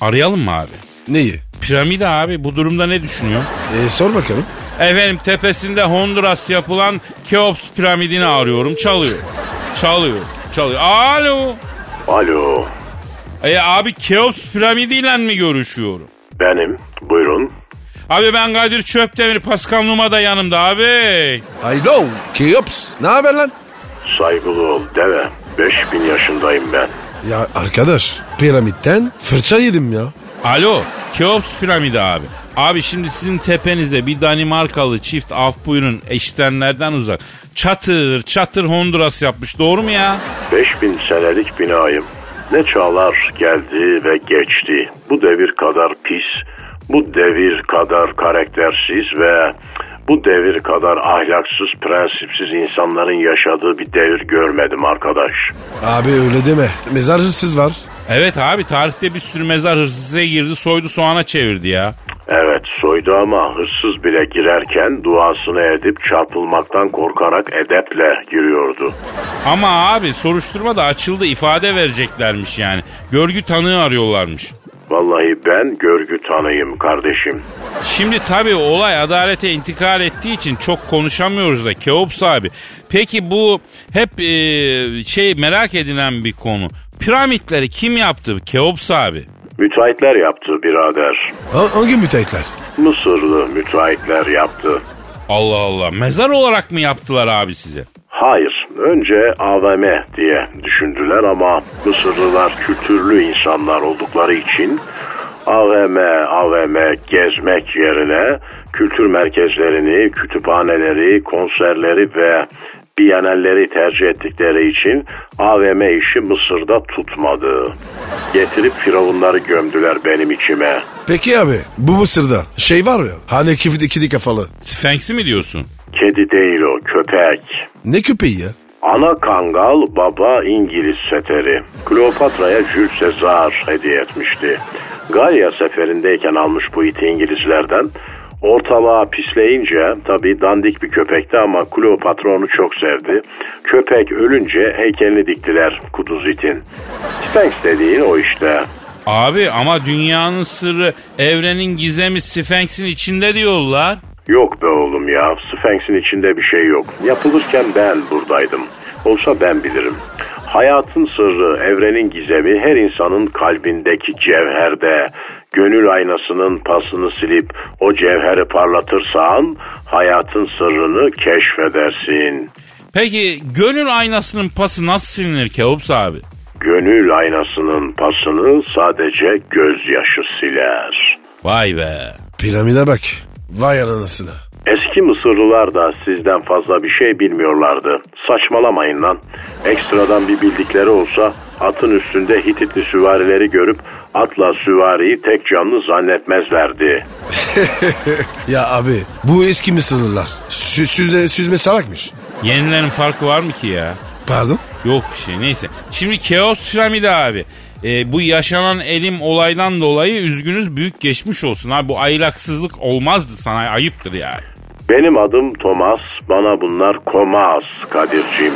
[SPEAKER 2] Arayalım mı abi?
[SPEAKER 3] Neyi?
[SPEAKER 2] Piramide abi bu durumda ne düşünüyor?
[SPEAKER 3] E, sor bakalım.
[SPEAKER 2] Efendim tepesinde Honduras yapılan Keops piramidini arıyorum. Çalıyor. Çalıyor. Çalıyor. Alo.
[SPEAKER 5] Alo,
[SPEAKER 2] E abi Keops piramidiyle mi görüşüyorum?
[SPEAKER 5] benim. Buyurun.
[SPEAKER 2] Abi ben Kadir Çöptemir, Pascal Numa da yanımda abi.
[SPEAKER 3] Alo. Keops. Ne haber lan?
[SPEAKER 5] Saygılı ol deve. 5000 yaşındayım ben.
[SPEAKER 3] Ya arkadaş piramitten fırça yedim ya.
[SPEAKER 2] Alo, Keops piramidi abi. Abi şimdi sizin tepenizde bir Danimarkalı çift af buyurun eştenlerden uzak. Çatır çatır Honduras yapmış doğru mu ya?
[SPEAKER 5] 5000 senelik binayım. Ne çağlar geldi ve geçti. Bu devir kadar pis, bu devir kadar karaktersiz ve Bu devir kadar ahlaksız, prensipsiz insanların yaşadığı bir devir görmedim arkadaş.
[SPEAKER 3] Abi öyle deme. Mezar hırsız var.
[SPEAKER 2] Evet abi tarihte bir sürü mezar hırsıza girdi soydu soğana çevirdi ya.
[SPEAKER 5] Evet soydu ama hırsız bile girerken duasını edip çarpılmaktan korkarak edeple giriyordu.
[SPEAKER 2] Ama abi soruşturma da açıldı ifade vereceklermiş yani. Görgü tanığı arıyorlarmış.
[SPEAKER 5] Vallahi ben görgü tanıyım kardeşim.
[SPEAKER 2] Şimdi tabii olay adalete intikal ettiği için çok konuşamıyoruz da Keops abi. Peki bu hep e, şey merak edilen bir konu. Piramitleri kim yaptı Keops abi?
[SPEAKER 5] Müteahhitler yaptı birader.
[SPEAKER 3] Ha- hangi müteahhitler?
[SPEAKER 5] Mısırlı müteahhitler yaptı.
[SPEAKER 2] Allah Allah mezar olarak mı yaptılar abi size?
[SPEAKER 5] Hayır, önce AVM diye düşündüler ama Mısırlılar kültürlü insanlar oldukları için AVM, AVM gezmek yerine kültür merkezlerini, kütüphaneleri, konserleri ve biyanelleri tercih ettikleri için AVM işi Mısır'da tutmadı. Getirip firavunları gömdüler benim içime.
[SPEAKER 3] Peki abi bu Mısır'da şey var ya hani kifli ikili kafalı.
[SPEAKER 2] Sphinx'i mi diyorsun?
[SPEAKER 5] Kedi değil o, köpek.
[SPEAKER 3] Ne köpeği ya?
[SPEAKER 5] Ana Kangal baba İngiliz seteri. Kleopatra'ya Jules Caesar hediye etmişti. Galya seferindeyken almış bu iti İngilizlerden. Ortalığa pisleyince tabii dandik bir köpekti ama Kleopatra onu çok sevdi. Köpek ölünce heykelini diktiler kuduz itin. Sphinx dediğin o işte.
[SPEAKER 2] Abi ama dünyanın sırrı evrenin gizemi Sphinx'in içinde diyorlar.
[SPEAKER 5] Yok be oğlum ya. Sphinx'in içinde bir şey yok. Yapılırken ben buradaydım. Olsa ben bilirim. Hayatın sırrı, evrenin gizemi her insanın kalbindeki cevherde. Gönül aynasının pasını silip o cevheri parlatırsan hayatın sırrını keşfedersin.
[SPEAKER 2] Peki gönül aynasının pası nasıl silinir Keops abi?
[SPEAKER 5] Gönül aynasının pasını sadece gözyaşı siler.
[SPEAKER 2] Vay be.
[SPEAKER 3] Piramide bak. Vay anasını.
[SPEAKER 5] Eski Mısırlılar da sizden fazla bir şey bilmiyorlardı. Saçmalamayın lan. Ekstradan bir bildikleri olsa atın üstünde Hititli süvarileri görüp atla süvariyi tek canlı zannetmezlerdi.
[SPEAKER 3] Ya abi bu eski Mısırlılar. Sü- süzme, süzme salakmış.
[SPEAKER 2] Yenilerin farkı var mı ki ya?
[SPEAKER 3] Pardon?
[SPEAKER 2] Yok bir şey neyse. Şimdi Keops piramidi abi. Ee, bu yaşanan elim olaydan dolayı üzgünüz büyük geçmiş olsun abi. Bu ahlaksızlık olmazdı sana ayıptır yani.
[SPEAKER 5] Benim adım Thomas, bana bunlar Komas Kadir'cim.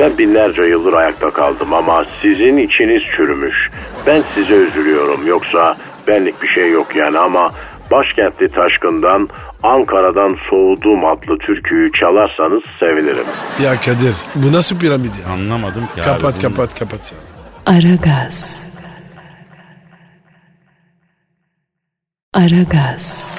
[SPEAKER 5] Ben binlerce yıldır ayakta kaldım ama sizin içiniz çürümüş. Ben size üzülüyorum yoksa benlik bir şey yok yani ama başkentli Taşkın'dan Ankara'dan Soğudum adlı türküyü çalarsanız sevinirim.
[SPEAKER 3] Ya Kadir bu nasıl piramid ya?
[SPEAKER 2] Anlamadım ki abi.
[SPEAKER 3] kapat
[SPEAKER 2] Bunu-
[SPEAKER 3] kapat kapat ya.
[SPEAKER 1] Aragaz. Aragaz.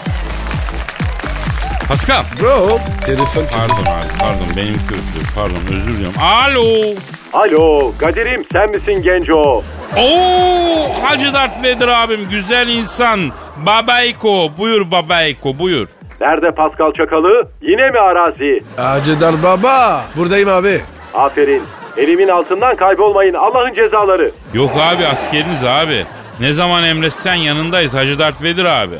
[SPEAKER 2] Pascal.
[SPEAKER 3] Bro telefon
[SPEAKER 2] Pardon abi pardon benim kötü pardon özür diliyorum. Alo.
[SPEAKER 5] Alo Kadir'im sen misin Genco?
[SPEAKER 2] Oo Hacı Dert Vedir abim güzel insan. Babayko buyur babayko buyur.
[SPEAKER 5] Nerede Pascal Çakalı? Yine mi arazi?
[SPEAKER 3] Acıdar baba. Buradayım abi.
[SPEAKER 5] Aferin. Elimin altından kaybolmayın Allah'ın cezaları. *laughs*
[SPEAKER 2] Yok abi askeriniz abi. Ne zaman emretsen yanındayız Hacı Dert Vedir abi.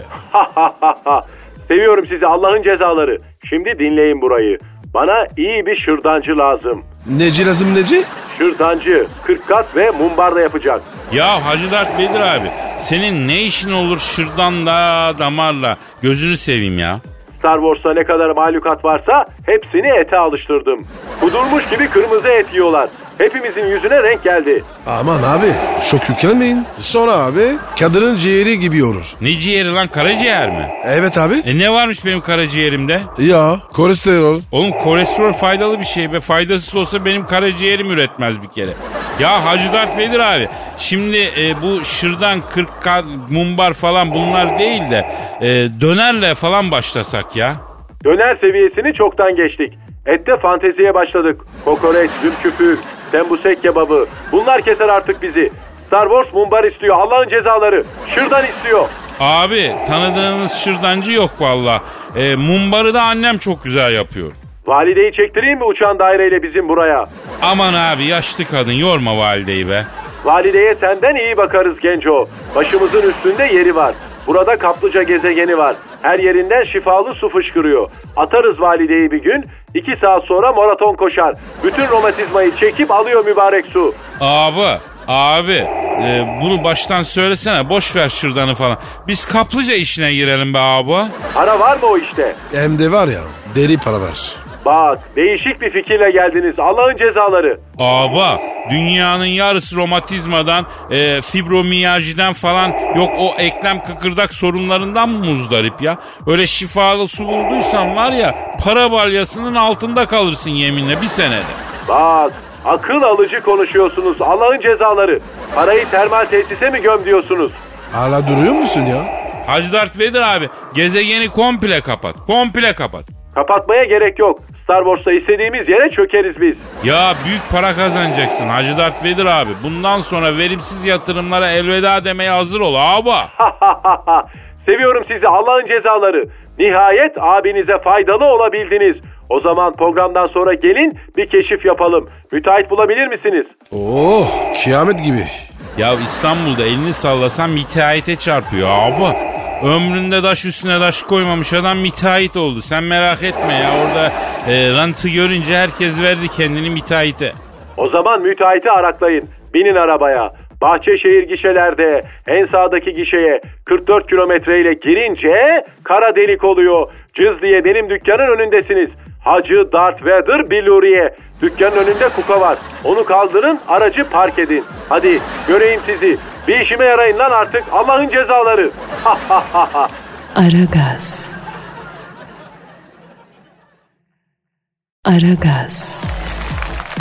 [SPEAKER 5] Seviyorum sizi Allah'ın cezaları. Şimdi dinleyin burayı. Bana iyi bir şırdancı lazım.
[SPEAKER 3] Neci lazım neci?
[SPEAKER 5] Şırdancı, 40 kat ve mumbarda yapacak.
[SPEAKER 2] Ya Hacı Dert Vedir abi senin ne işin olur şırdan da damarla gözünü seveyim ya.
[SPEAKER 5] Star Wars'ta ne kadar mahlukat varsa hepsini ete alıştırdım. Kudurmuş gibi kırmızı et yiyorlar. Hepimizin yüzüne renk geldi.
[SPEAKER 3] Aman abi çok yüklenmeyin. Sonra abi kadının ciğeri gibi olur.
[SPEAKER 2] Ne ciğeri lan karaciğer mi?
[SPEAKER 3] Evet abi.
[SPEAKER 2] E ne varmış benim karaciğerimde?
[SPEAKER 3] Ya kolesterol.
[SPEAKER 2] Oğlum kolesterol faydalı bir şey be. Faydasız olsa benim karaciğerim üretmez bir kere. Ya Hacı Dert Vedir abi. Şimdi e, bu şırdan, kırk ka- mumbar falan bunlar değil de e, dönerle falan başlasak ya.
[SPEAKER 5] Döner seviyesini çoktan geçtik. Ette fanteziye başladık. Kokoreç, zümküpük, tembusek kebabı. Bunlar keser artık bizi. Star Wars mumbar istiyor. Allah'ın cezaları. Şırdan istiyor.
[SPEAKER 2] Abi tanıdığınız şırdancı yok valla. E, mumbarı da annem çok güzel yapıyor.
[SPEAKER 5] Valideyi çektireyim mi uçan daireyle bizim buraya?
[SPEAKER 2] Aman abi yaşlı kadın yorma valideyi be.
[SPEAKER 5] Valideye senden iyi bakarız Genco. Başımızın üstünde yeri var. Burada kaplıca gezegeni var. Her yerinden şifalı su fışkırıyor. Atarız valideyi bir gün. iki saat sonra maraton koşar. Bütün romatizmayı çekip alıyor mübarek su.
[SPEAKER 2] Abi abi e, bunu baştan söylesene boş ver şırdanı falan. Biz kaplıca işine girelim be abi.
[SPEAKER 5] Para var mı o işte?
[SPEAKER 3] Hem de var ya deri para var.
[SPEAKER 5] Bak değişik bir fikirle geldiniz. Allah'ın cezaları.
[SPEAKER 2] Aba dünyanın yarısı romatizmadan, e, fibromiyajiden falan yok o eklem kıkırdak sorunlarından mı muzdarip ya? Öyle şifalı su bulduysan var ya para balyasının altında kalırsın yeminle bir senede.
[SPEAKER 5] Bak akıl alıcı konuşuyorsunuz. Allah'ın cezaları. Parayı termal tesise mi göm diyorsunuz?
[SPEAKER 3] Hala duruyor musun ya?
[SPEAKER 2] Hacı Darth Vader abi gezegeni komple kapat, komple kapat.
[SPEAKER 5] Kapatmaya gerek yok. Star Wars'ta istediğimiz yere çökeriz biz.
[SPEAKER 2] Ya büyük para kazanacaksın Hacı Darth Vader abi. Bundan sonra verimsiz yatırımlara elveda demeye hazır ol abi.
[SPEAKER 5] *laughs* Seviyorum sizi Allah'ın cezaları. Nihayet abinize faydalı olabildiniz. O zaman programdan sonra gelin bir keşif yapalım. Müteahhit bulabilir misiniz?
[SPEAKER 3] Oh kıyamet gibi.
[SPEAKER 2] Ya İstanbul'da elini sallasan müteahhite çarpıyor abi. Ömründe taş üstüne taş koymamış adam müteahhit oldu. Sen merak etme ya orada e, rantı görünce herkes verdi kendini müteahhite.
[SPEAKER 5] O zaman müteahhiti araklayın. Binin arabaya. Bahçeşehir gişelerde en sağdaki gişeye 44 kilometreyle girince kara delik oluyor. Cız diye benim dükkanın önündesiniz. Hacı Darth Vader Billuri'ye. Dükkanın önünde kuka var. Onu kaldırın aracı park edin. Hadi göreyim sizi. Bir işime yarayın lan artık Allah'ın cezaları. Ha ha ha ha.
[SPEAKER 1] Aragaz. Aragaz.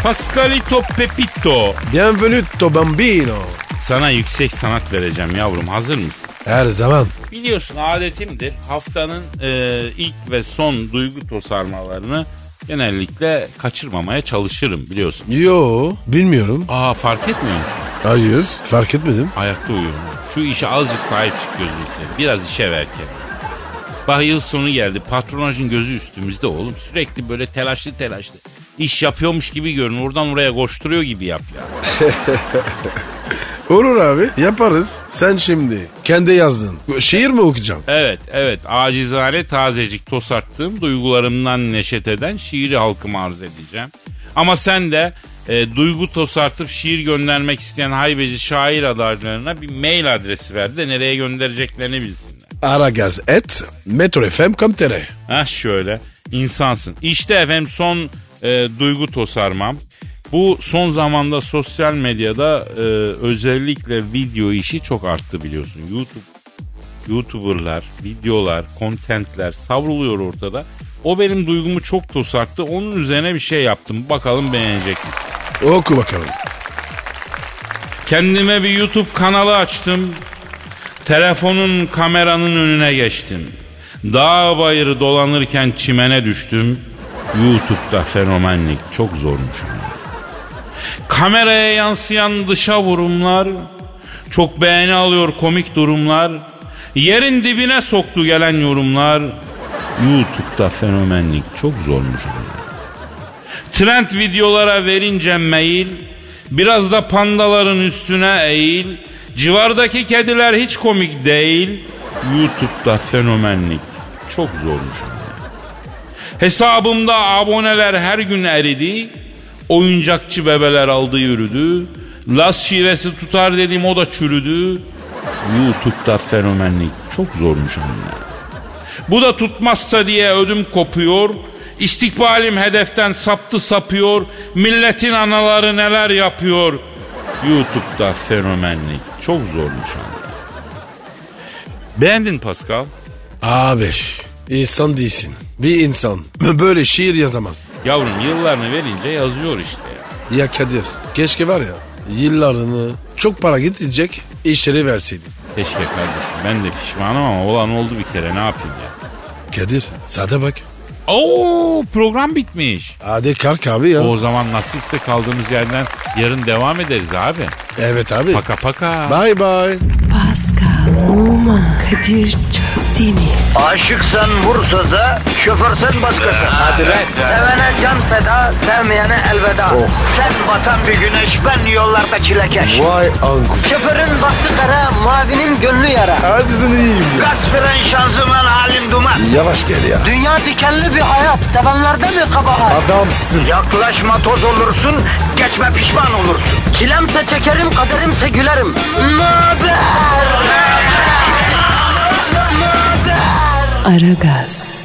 [SPEAKER 2] Pascalito Pepito
[SPEAKER 3] Bienvenuto bambino.
[SPEAKER 2] sana yüksek sanat vereceğim yavrum hazır mısın?
[SPEAKER 3] Her zaman.
[SPEAKER 2] Biliyorsun adetimdir haftanın e, ilk ve son duygu tosarmalarını genellikle kaçırmamaya çalışırım biliyorsun.
[SPEAKER 3] Yo bilmiyorum.
[SPEAKER 2] Aa fark etmiyor musun?
[SPEAKER 3] Hayır fark etmedim.
[SPEAKER 2] Ayakta uyuyorum. Şu işe azıcık sahip çık gözünü seveyim. Biraz işe ver kendini. Bak yıl sonu geldi. Patronajın gözü üstümüzde oğlum. Sürekli böyle telaşlı telaşlı. İş yapıyormuş gibi görün. Oradan oraya koşturuyor gibi yap ya.
[SPEAKER 3] Olur abi yaparız. Sen şimdi kendi yazdın. Şiir mi okuyacağım?
[SPEAKER 2] Evet evet acizane tazecik tosarttığım duygularımdan neşet eden şiiri halkıma arz edeceğim. Ama sen de e, duygu tosartıp şiir göndermek isteyen haybeci şair adaylarına bir mail adresi verdi de nereye göndereceklerini bilsinler.
[SPEAKER 3] Aragaz et metrofm.com.tr
[SPEAKER 2] Ha şöyle insansın. İşte efendim son e, duygu tosarmam. Bu son zamanda sosyal medyada e, özellikle video işi çok arttı biliyorsun. YouTube YouTuber'lar, videolar, kontentler savruluyor ortada. O benim duygumu çok tosarttı. Onun üzerine bir şey yaptım. Bakalım beğenecek misin?
[SPEAKER 3] Oku bakalım.
[SPEAKER 2] Kendime bir YouTube kanalı açtım. Telefonun kameranın önüne geçtim. Dağ bayırı dolanırken çimene düştüm. YouTube'da fenomenlik çok zormuş ama. Kameraya yansıyan dışa vurumlar, çok beğeni alıyor komik durumlar, yerin dibine soktu gelen yorumlar. YouTube'da fenomenlik çok zormuş ama. Trend videolara verince mail, biraz da pandaların üstüne eğil. Civardaki kediler hiç komik değil. YouTube'da fenomenlik çok zormuş. Hesabımda aboneler her gün eridi. Oyuncakçı bebeler aldı yürüdü. Las şivesi tutar dedim o da çürüdü. YouTube'da fenomenlik çok zormuş anne. Bu da tutmazsa diye ödüm kopuyor. İstikbalim hedeften saptı sapıyor. Milletin anaları neler yapıyor. YouTube'da fenomenlik çok zormuş abi. Beğendin Pascal?
[SPEAKER 3] Abi insan değilsin. Bir insan *laughs* böyle şiir yazamaz.
[SPEAKER 2] Yavrum yıllarını verince yazıyor işte ya.
[SPEAKER 3] Ya Kadir keşke var ya yıllarını çok para getirecek işleri verseydin.
[SPEAKER 2] Keşke kardeşim ben de pişmanım ama olan oldu bir kere ne yapayım ya.
[SPEAKER 3] Kadir sade bak.
[SPEAKER 2] Oo program bitmiş.
[SPEAKER 3] Hadi kalk abi ya.
[SPEAKER 2] O zaman nasipse kaldığımız yerden yarın devam ederiz abi.
[SPEAKER 3] evet abi.
[SPEAKER 2] Paka paka.
[SPEAKER 3] Bye bye.
[SPEAKER 1] Pascal, Oman, Kadir çok Aragaz.
[SPEAKER 6] Aşıksan vursa da şoförsen başkasın.
[SPEAKER 2] Hadi lan.
[SPEAKER 6] Sevene can feda, sevmeyene elveda.
[SPEAKER 3] Oh.
[SPEAKER 6] Sen batan bir güneş, ben yollarda çilekeş.
[SPEAKER 3] Vay anku.
[SPEAKER 6] Şoförün baktı kara, mavinin gönlü yara.
[SPEAKER 3] Hadi sen iyiyim ya.
[SPEAKER 6] Kasperen şanzıman halin duman.
[SPEAKER 3] Yavaş gel ya.
[SPEAKER 6] Dünya dikenli bir hayat, sevenlerde mi kabahar?
[SPEAKER 3] Adamsın.
[SPEAKER 6] Yaklaşma toz olursun, geçme pişman olursun. Çilemse çekerim, kaderimse gülerim. Möber!
[SPEAKER 1] Aragaz.